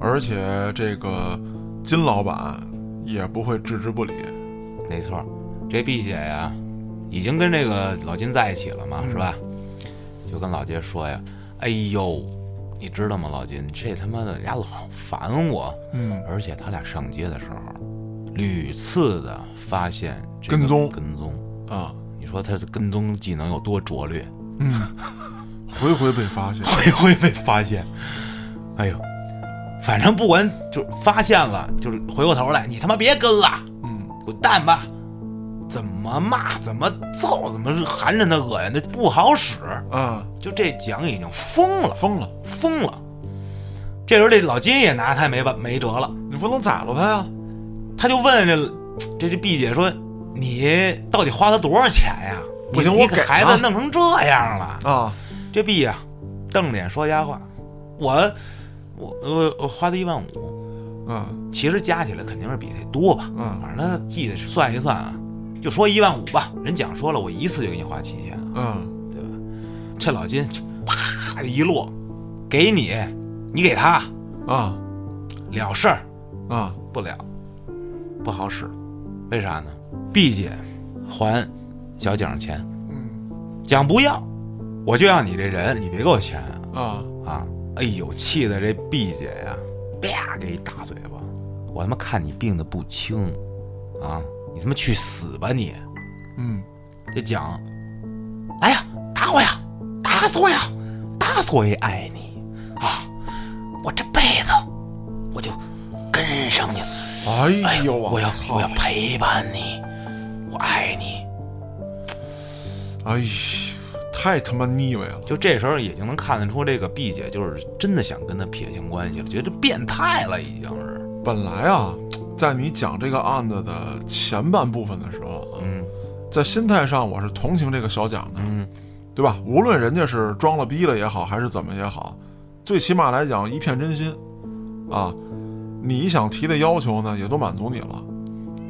S1: 而且这个金老板也不会置之不理，
S2: 没错儿，这毕姐呀，已经跟这个老金在一起了嘛，是吧？就跟老金说呀：“哎呦，你知道吗，老金，这他妈的人家老烦我，
S1: 嗯，
S2: 而且他俩上街的时候，屡次的发现这个
S1: 跟踪
S2: 跟踪。
S1: 啊，
S2: 你说他的跟踪技能有多拙劣，
S1: 回回被发现，
S2: 回回被发现。哎呦，反正不管就是发现了，就是回过头来，你他妈别跟了。”
S1: 嗯，
S2: 滚蛋吧！怎么骂，怎么揍，怎么寒碜他、恶心他，不好使。
S1: 啊，
S2: 就这蒋已经疯了，
S1: 疯了，
S2: 疯了。这时候这老金也拿他没办没辙了，
S1: 你不能宰了他呀，
S2: 他就问这这这毕姐说：“你到底花了多少钱呀？你
S1: 不行
S2: 你
S1: 我给
S2: 孩
S1: 啊
S2: 子弄成这样了。
S1: 啊，
S2: 这毕呀、瞪着脸说瞎话，我我我我花的一万五。
S1: 嗯
S2: 其实加起来肯定是比这多吧。
S1: 嗯
S2: 反正他记得算一算啊，就说一万五吧。人蒋说了，我一次就给你花七千，啊
S1: 嗯，
S2: 对吧？这老金这啪一落，给你，你给他
S1: 啊
S2: 了事儿
S1: 啊，
S2: 不了，不好使。为啥呢？B 姐还小蒋钱，
S1: 嗯
S2: 蒋不要，我就要你这人，你别给我钱
S1: 啊，
S2: 啊！哎呦，气的这毕姐呀，啪给一大嘴巴！我他妈看你病的不轻，啊，你他妈去死吧你！
S1: 嗯，
S2: 这讲，哎呀，打我呀，打死我呀，打死我也爱你啊！我这辈子我就跟上你，
S1: 哎
S2: 哎
S1: 呦，
S2: 我要
S1: 操
S2: 我要！陪伴你，我爱你。
S1: 哎呀，太他妈腻歪了。
S2: 就这时候也就能看得出，这个毕姐就是真的想跟他撇清关系了，觉得变态了已经是。
S1: 本来啊，在你讲这个案子的前半部分的时候啊，
S2: 嗯
S1: 在心态上我是同情这个小蒋的，
S2: 嗯，
S1: 对吧？无论人家是装了逼了也好，还是怎么也好，最起码来讲一片真心，啊，你想提的要求呢也都满足你了，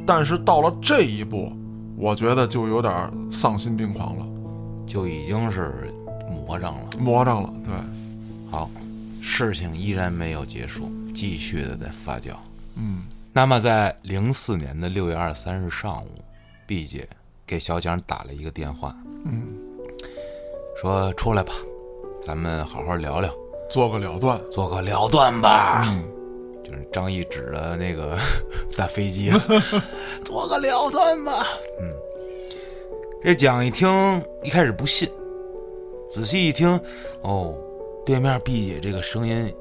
S1: 但是到了这一步，我觉得就有点丧心病狂了，
S2: 就已经是魔怔了。
S1: 魔怔了。对，
S2: 好，事情依然没有结束，继续的在发酵。
S1: 嗯
S2: 那么，在零四年的六月二十三日上午毕姐给小蒋打了一个电话，
S1: 嗯，
S2: 说：“出来吧，咱们好好聊聊，
S1: 做个了断。
S2: 做个了断吧。嗯就是张毅指着那 个大飞机啊， 做个了断吧。嗯，这蒋一听一开始不信，仔细一听，哦，对面毕姐这个声音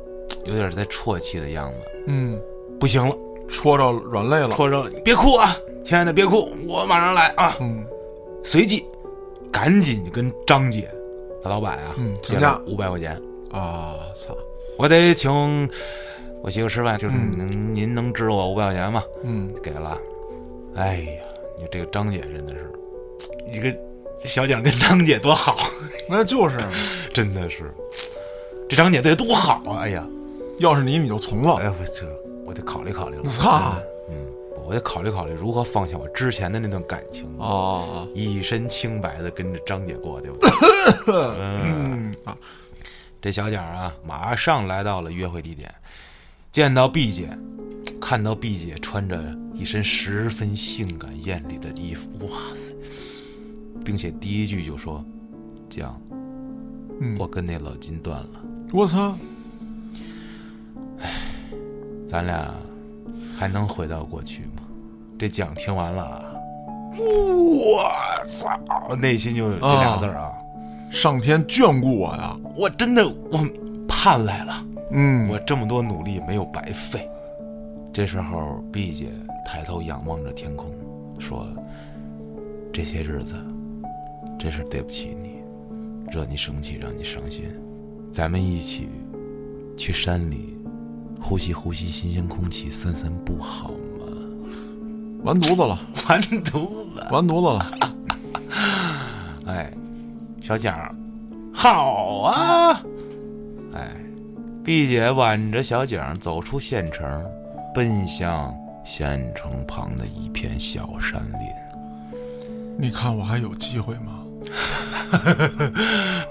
S2: 有点在啜泣的样子，
S1: 嗯，
S2: 不行了。
S1: 戳着软肋了。
S2: 戳着了，别哭啊，亲爱的，别哭，我马上来啊！
S1: 嗯
S2: 随即，赶紧跟张姐，大老板啊，
S1: 嗯
S2: 借
S1: 请假
S2: 了五百块钱，
S1: 啊，操。
S2: 我得请我媳妇吃饭，就是您、您能支我五百块钱吗？
S1: 嗯
S2: 给了。哎呀，你这个张姐真的是，你个小蒋跟张姐多好，，
S1: 那就是，
S2: 真的是，这张姐对她多好啊！哎呀，
S1: 要是你你就从了
S2: 哎。呀，我这我得考虑考虑了，
S1: 操
S2: 嗯，我得考虑考虑如何放下我之前的那段感情啊。
S1: 啊，
S2: 一身清白的跟着张姐过，对不对？
S1: 嗯啊，
S2: 这小蒋啊，马上来到了约会地点，见到毕姐，看到毕姐穿着一身十分性感艳丽的衣服，哇塞！并且第一句就说：“蒋，
S1: 嗯
S2: 我跟那老金断了，
S1: 我操，
S2: 咱俩还能回到过去吗？”这蒋听完了啊，我操，内心就这俩字儿啊，
S1: 上天眷顾我呀！
S2: 我真的我盼来了。
S1: 嗯
S2: 我这么多努力没有白费。这时候毕姐抬头仰望着天空，说：“这些日子，真是对不起你，惹你生气，让你伤心。咱们一起去山里呼吸呼吸新鲜空气，散散步好吗？
S1: 完犊子了，
S2: 完犊子！
S1: 完犊子了！
S2: 哎，小蒋儿，好啊！哎，毕姐挽着小蒋儿走出县城，奔向县城旁的一片小山林。
S1: 你看我还有机会吗？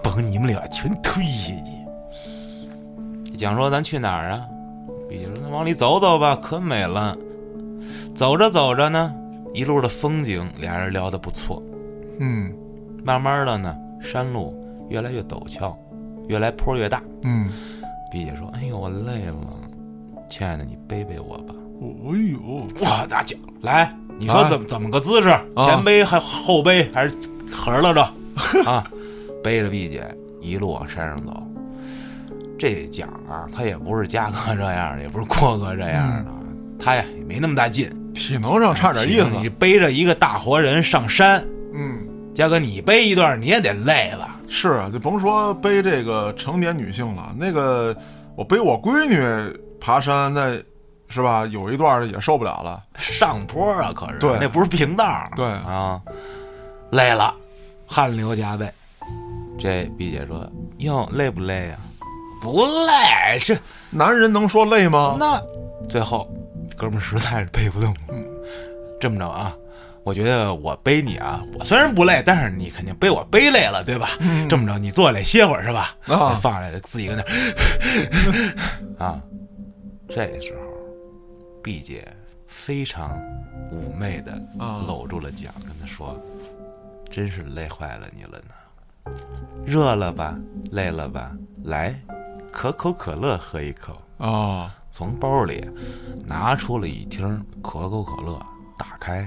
S2: 甭你们俩全推下去。蒋说：“咱去哪儿啊？”毕姐说：“那往里走走吧，可美了。”走着走着呢，一路的风景，俩人聊得不错。
S1: 嗯
S2: 慢慢的呢，山路越来越陡峭，越来坡越大。
S1: 嗯，
S2: 毕姐说：“哎呦，我累了，亲爱的，你背背我吧。啊
S1: 哦哎呦，”
S2: 哇，大姐，来，你说怎么、怎么个姿势？前背还后背还是横了着 啊？背着毕姐一路往山上走。这蒋啊，他也不是嘉哥这样的，也不是郭哥这样的，他呀也没那么大劲，
S1: 体能上差点意
S2: 你
S1: 思。
S2: 背着一个大活人上山，
S1: 嗯，
S2: 嘉哥你背一段你也得累吧？
S1: 是啊，就甭说背这个成年女性了，那个我背我闺女爬山，那是吧？有一段也受不了了。
S2: 上坡啊，可是
S1: 对
S2: 那不是平道儿，
S1: 对
S2: 啊，累了，汗流浃背。这毕姐说：“哟，累不累呀、啊不累，这
S1: 男人能说累吗？
S2: 那最后，哥们儿实在是背不动。嗯，这么着啊，我觉得我背你啊，我虽然不累，但是你肯定被我背累了，对吧？这么着，你坐下来歇会儿是吧？
S1: 啊
S2: 放下来自己搁那儿 啊。这时候，毕姐非常妩媚的
S1: 啊
S2: 搂住了蒋，跟他说：“真是累坏了你了呢。”热了吧，累了吧，来，可口可乐喝一口，
S1: 啊，
S2: 从包里拿出了一听可口可乐，打开，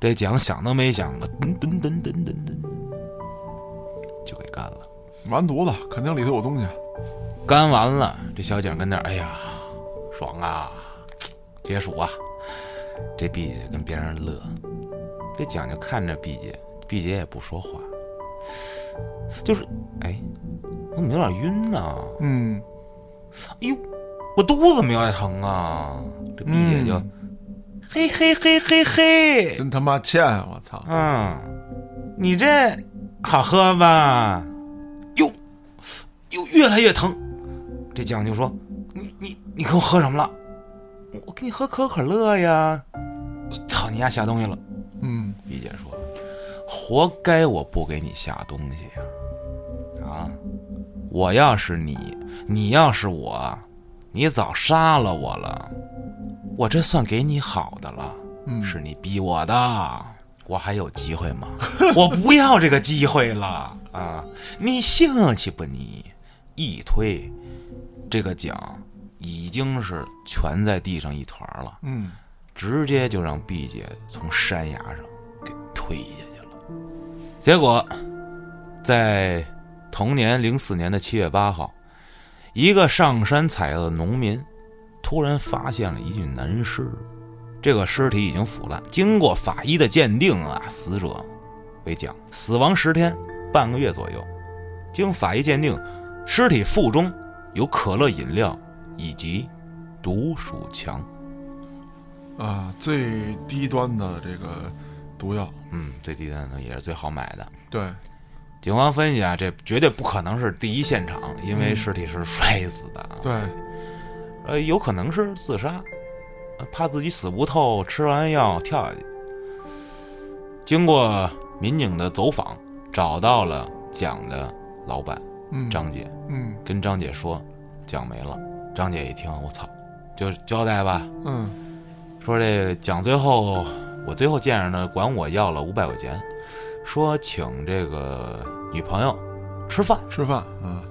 S2: 这奖想都没想的，噔噔噔噔噔噔，就给干了。
S1: 完犊子，肯定里头有东西。
S2: 干完了，这小景跟那儿，哎呀，爽啊，解暑啊！这毕姐跟边上乐，这蒋就看着毕姐，毕姐也不说话，就是，哎，我怎么有点晕呢、
S1: 嗯，
S2: 哎呦，我肚子没有点疼啊！这毕姐就，嘿嘿嘿嘿嘿，
S1: 真他妈欠，啊我操！
S2: 嗯，你这好喝吧？哟，又越来越疼。这蒋就说：“你你你给我喝什么了？我给你喝可口可乐呀！”我操你丫下东西了！
S1: 嗯，
S2: 毕姐说：“活该我不给你下东西呀、啊！我要是你，你要是我，你早杀了我了。我这算给你好的了，
S1: 嗯
S2: 是你逼我的，我还有机会吗？ 我不要这个机会了啊！你兴气不你？一推，这个奖已经是蜷在地上一团儿了。”
S1: 嗯，
S2: 直接就让毕姐从山崖上给推下去了。结果，在同年零四年的七月八号，一个上山采药的农民突然发现了一具男尸，这个尸体已经腐烂，经过法医的鉴定啊，死者为蒋，死亡十天半个月左右，经法医鉴定，尸体腹中有可乐饮料以及毒鼠强。
S1: 啊，最低端的这个毒药，
S2: 嗯，最低端的也是最好买的。
S1: 对，
S2: 警方分析啊，这绝对不可能是第一现场，因为尸体是摔死的啊，
S1: 对，
S2: 呃，有可能是自杀，呃怕自己死不透，吃完药跳下去。经过民警的走访，找到了蒋的老板
S1: 嗯，
S2: 张姐，
S1: 嗯
S2: 跟张姐说蒋没了。张姐一听，我操，就交代吧，
S1: 嗯，
S2: 说这蒋最后我最后见着呢，管我要了五百块钱，说请这个女朋友吃饭，
S1: 吃饭啊。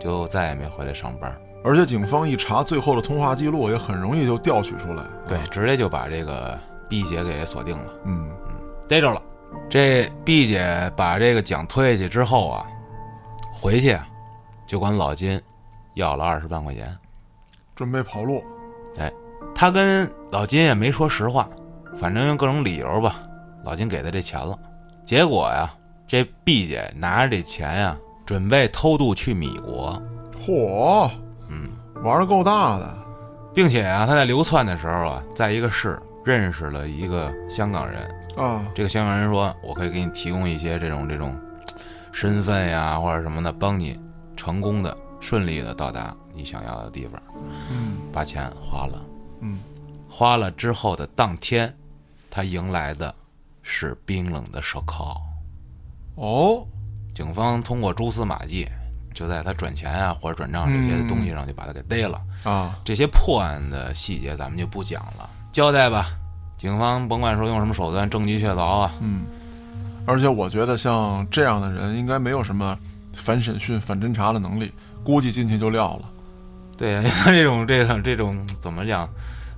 S2: 就再也没回来上班。
S1: 而且警方一查最后的通话记录，也很容易就调取出来。
S2: 对
S1: 啊，，
S2: 直接就把这个 B 姐给锁定了，
S1: 嗯
S2: 逮着了。这 B 姐把这个蒋推下去之后啊，回去啊就管老金要了二十万块钱。
S1: 准备跑路。
S2: 他跟老金也没说实话，反正用各种理由吧，老金给他这钱了。结果呀，这 B 姐拿着这钱呀，准备偷渡去米国，
S1: 嚯，嗯，玩的够大的。
S2: 并且啊，他在流窜的时候啊，在一个市认识了一个香港人。
S1: 啊，
S2: 这个香港人说，我可以给你提供一些这种这种身份呀或者什么的，帮你成功的、顺利的到达你想要的地方。
S1: 嗯
S2: 把钱花了。
S1: 嗯，
S2: 花了之后的当天，他迎来的是冰冷的烧烤。
S1: 哦，
S2: 警方通过蛛丝马迹，就在他转钱啊或者转账这些东西上就把他给逮了。
S1: 啊，
S2: 这些破案的细节咱们就不讲了，交代吧。警方甭管说用什么手段，证据确凿啊，
S1: 嗯，而且我觉得像这样的人应该没有什么反审讯、反侦查的能力，估计进去就撂了。
S2: 对他 这种这种这种怎么讲，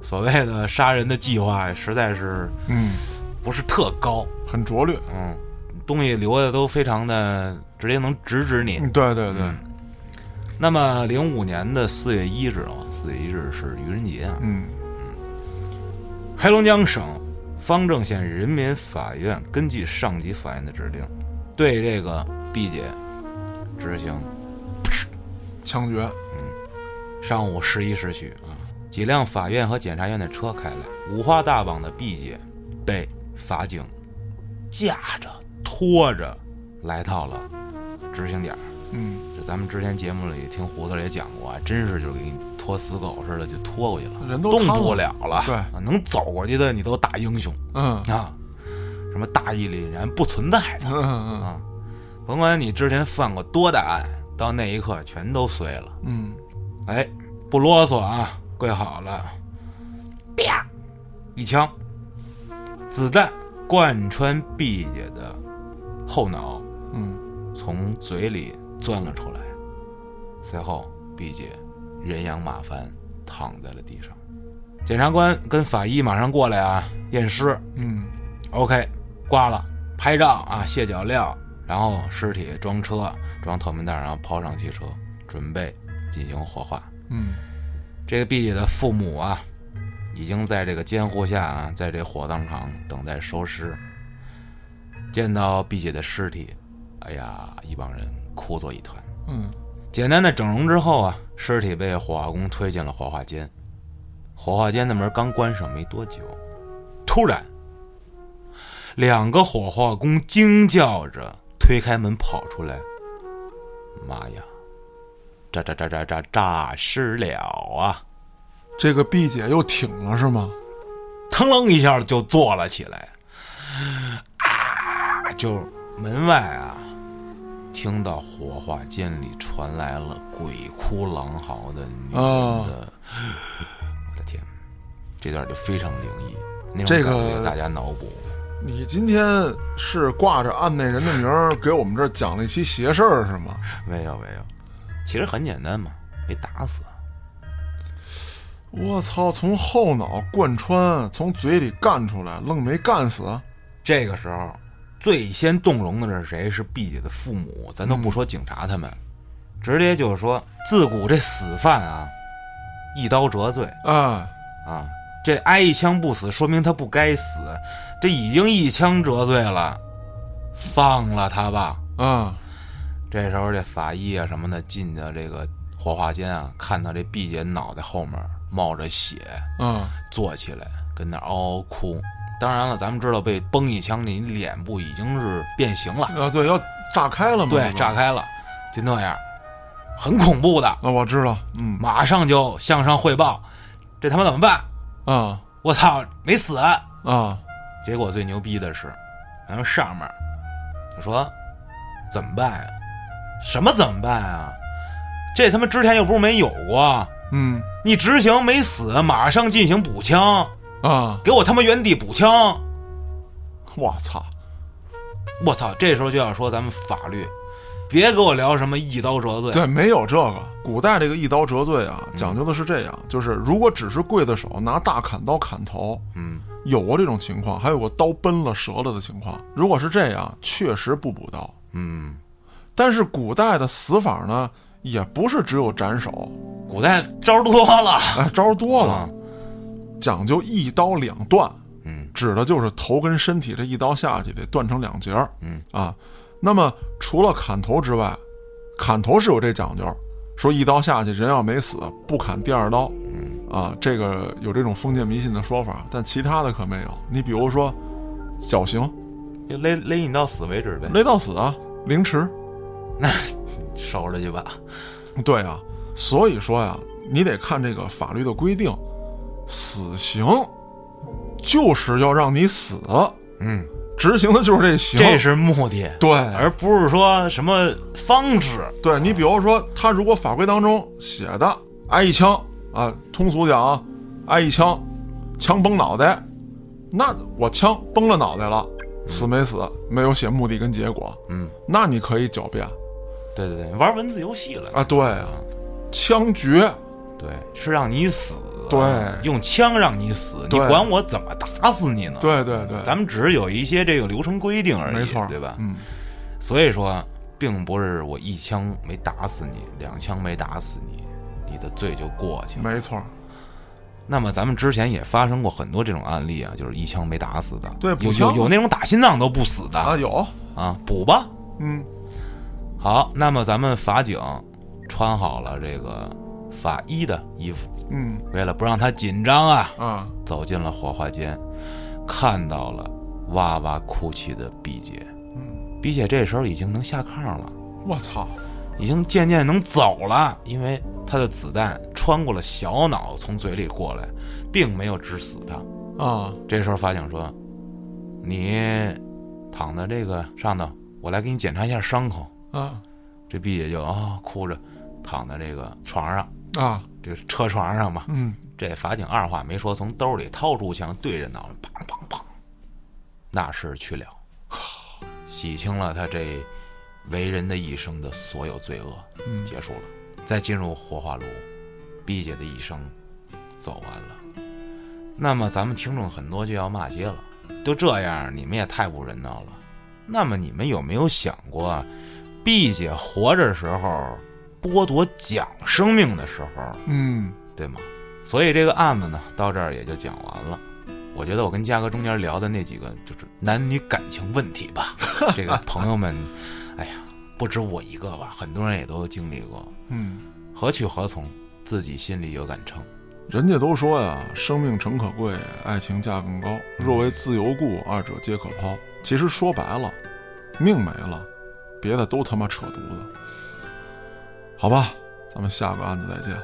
S2: 所谓的杀人的计划，实在是
S1: 嗯，
S2: 不是特高。
S1: 很拙劣。
S2: 嗯，东西留的都非常的直接能直指你。
S1: 嗯，对对对，
S2: 那么，零五年的四月一日啊，四月一日是愚人节啊。
S1: 嗯
S2: 黑龙江省方正县人民法院根据上级法院的指令，对这个毕姐执行
S1: 枪决。
S2: 上午十一时许啊，几辆法院和检察院的车开来，五花大绑的毕姐被法警架着拖着来到了执行点儿。
S1: 嗯，
S2: 这咱们之前节目里听胡子里也讲过啊，真是就给你拖死狗似的就拖过去了，
S1: 人都
S2: 动
S1: 瘫
S2: 不
S1: 了
S2: 了了。
S1: 对
S2: 啊能走过去的你都大英雄
S1: 嗯
S2: 啊，什么大义凛然不存在的
S1: 嗯嗯
S2: 啊，甭管你之前犯过多大案，到那一刻全都碎了。
S1: 嗯
S2: 哎，不啰嗦啊，跪好了，啪，一枪，子弹贯穿毕姐的后脑，
S1: 嗯
S2: 从嘴里钻了出来，随后毕节，人仰马翻，躺在了地上。检察官跟法医马上过来啊，验尸。
S1: 嗯
S2: OK，挂了，拍照啊，卸脚镣，然后尸体装车，装透明袋，然后抛上汽车，准备进行火化。
S1: 嗯
S2: 这个毕姐的父母啊，已经在这个监护下啊，在这火葬场等待收尸。见到毕姐的尸体，哎呀，一帮人哭作一团。
S1: 嗯
S2: 简单的整容之后啊，尸体被火化工推进了火化间。火化间的门刚关上没多久，突然，两个火化工惊叫着推开门跑出来。妈呀！炸炸炸炸炸诈尸了啊！
S1: 这个毕姐又挺了是吗？
S2: 腾楞一下就坐了起来，啊！就门外啊，听到火化间里传来了鬼哭狼嚎的女人的，
S1: 啊
S2: 我的天，这段就非常灵异，那种
S1: 这
S2: 感
S1: 个
S2: 觉大家脑补。
S1: 你今天是挂着案内人的名儿给我们这儿讲了一期邪事儿是吗？
S2: 没有没有，其实很简单嘛，没打死。
S1: 我操！从后脑贯穿，从嘴里干出来，愣没干死。
S2: 这个时候，最先动容的是谁？是毕姐的父母，咱都不说警察他们，直接就是说，自古这死犯啊，一刀折罪
S1: 哎，
S2: 啊，这挨一枪不死，说明他不该死，这已经一枪折罪了，放了他吧。
S1: 啊，
S2: 这时候这法医啊什么的进到这个火化间啊，看到这毕姐脑袋后面冒着血，
S1: 啊，
S2: 坐起来，跟那儿嗷嗷哭。当然了，咱们知道被崩一枪，你脸部已经是变形了，
S1: 啊，对，要炸开了嘛？
S2: 对，炸开了，就那样，很恐怖的。
S1: 啊，我知道，嗯，
S2: 马上就向上汇报，这他妈怎么办？
S1: 啊
S2: 我操，没死！
S1: 啊，
S2: 结果最牛逼的是，然后上面就说怎么办呀、什么怎么办啊？这他妈之前又不是没有过，
S1: 嗯
S2: 你执行没死，马上进行补枪，
S1: 啊，
S2: 给我他妈原地补枪！
S1: 我操，
S2: 我操，这时候就要说咱们法律，别给我聊什么一刀折罪。
S1: 对，没有这个。古代这个一刀折罪啊，讲究的是这样，就是如果只是刽子手拿大砍刀砍头，
S2: 嗯，
S1: 有过这种情况，还有过刀崩了折了的情况。如果是这样，确实不补刀。
S2: 嗯，
S1: 但是古代的死法呢，也不是只有斩首，
S2: 古代招儿多了，
S1: 哎，招儿多了，
S2: 啊
S1: 讲究一刀两断，
S2: 嗯，
S1: 指的就是头跟身体这一刀下去得断成两截儿，
S2: 嗯
S1: 啊，那么除了砍头之外，砍头是有这讲究，说一刀下去人要没死，不砍第二刀，
S2: 嗯
S1: 啊，这个有这种封建迷信的说法，但其他的可没有。你比如说，绞刑
S2: 就勒勒你到死为止呗，
S1: 勒到死啊，凌迟，
S2: 收着去吧。
S1: 对啊，所以说呀，你得看这个法律的规定，死刑就是要让你死，
S2: 嗯，
S1: 执行的就是这刑。
S2: 这是目的，
S1: 对
S2: 而不是说什么方式。
S1: 对，你比如说，他如果法规当中写的挨一枪啊，通俗讲啊，挨一枪，枪崩脑袋，那我枪崩了脑袋了，死没死没有写目的跟结果，
S2: 嗯，
S1: 那你可以狡辩
S2: 对对对，玩文字游戏了
S1: 啊，对啊，枪决
S2: 对，是让你死，
S1: 对
S2: 用枪让你死，你
S1: 对
S2: 管我怎么打死你呢？，
S1: 对对对，
S2: 咱们只是有一些这个流程规定而已，
S1: 没错，
S2: 对吧？
S1: 嗯，
S2: 所以说，并不是我一枪没打死你，两枪没打死你，你的罪就过去了。
S1: 没错。
S2: 那么咱们之前也发生过很多这种案例啊，就是一枪没打死的，
S1: 对补
S2: 有
S1: 枪
S2: 有
S1: 嘛
S2: 有那种打心脏都不死的
S1: 啊，有，
S2: 啊，补吧。
S1: 嗯
S2: 好，那么咱们法警穿好了这个法医的衣服，
S1: 嗯
S2: 为了不让他紧张啊，
S1: 啊
S2: 走进了火化间，看到了哇哇哭泣的毕姐。
S1: 嗯，
S2: 毕姐这时候已经能下炕了。
S1: 我操，
S2: 已经渐渐能走了，因为他的子弹穿过了小脑，从嘴里过来，并没有致死他。
S1: 啊
S2: 这时候法警说：“你躺在这个上头，我来给你检查一下伤口。
S1: 啊”
S2: 这毕姐就啊、哭着躺在这个床上，
S1: 啊，
S2: 这个车床上嘛。
S1: 嗯，
S2: 这法警二话没说，从兜里掏出枪，对着脑袋，砰砰砰，那事去了，洗清了他这为人的一生的所有罪恶，结束了。再进入火化炉，B 姐的一生走完了。那么咱们听众很多就要骂街了，都这样，你们也太不人道了。那么你们有没有想过，B 姐活着时候剥夺蒋生命的时候，
S1: 嗯，
S2: 对吗？所以这个案子呢，到这儿也就讲完了。我觉得我跟嘉哥中间聊的那几个就是男女感情问题吧，这个朋友们，哎呀，不止我一个吧，很多人也都经历过，
S1: 嗯，
S2: 何去何从，自己心里有杆秤。
S1: 人家都说呀，生命诚可贵，爱情价更高。若为自由故，二者皆可
S2: 哦
S1: 抛。其实说白了，命没了，别的都他妈扯犊子。好吧，咱们下个案子再见。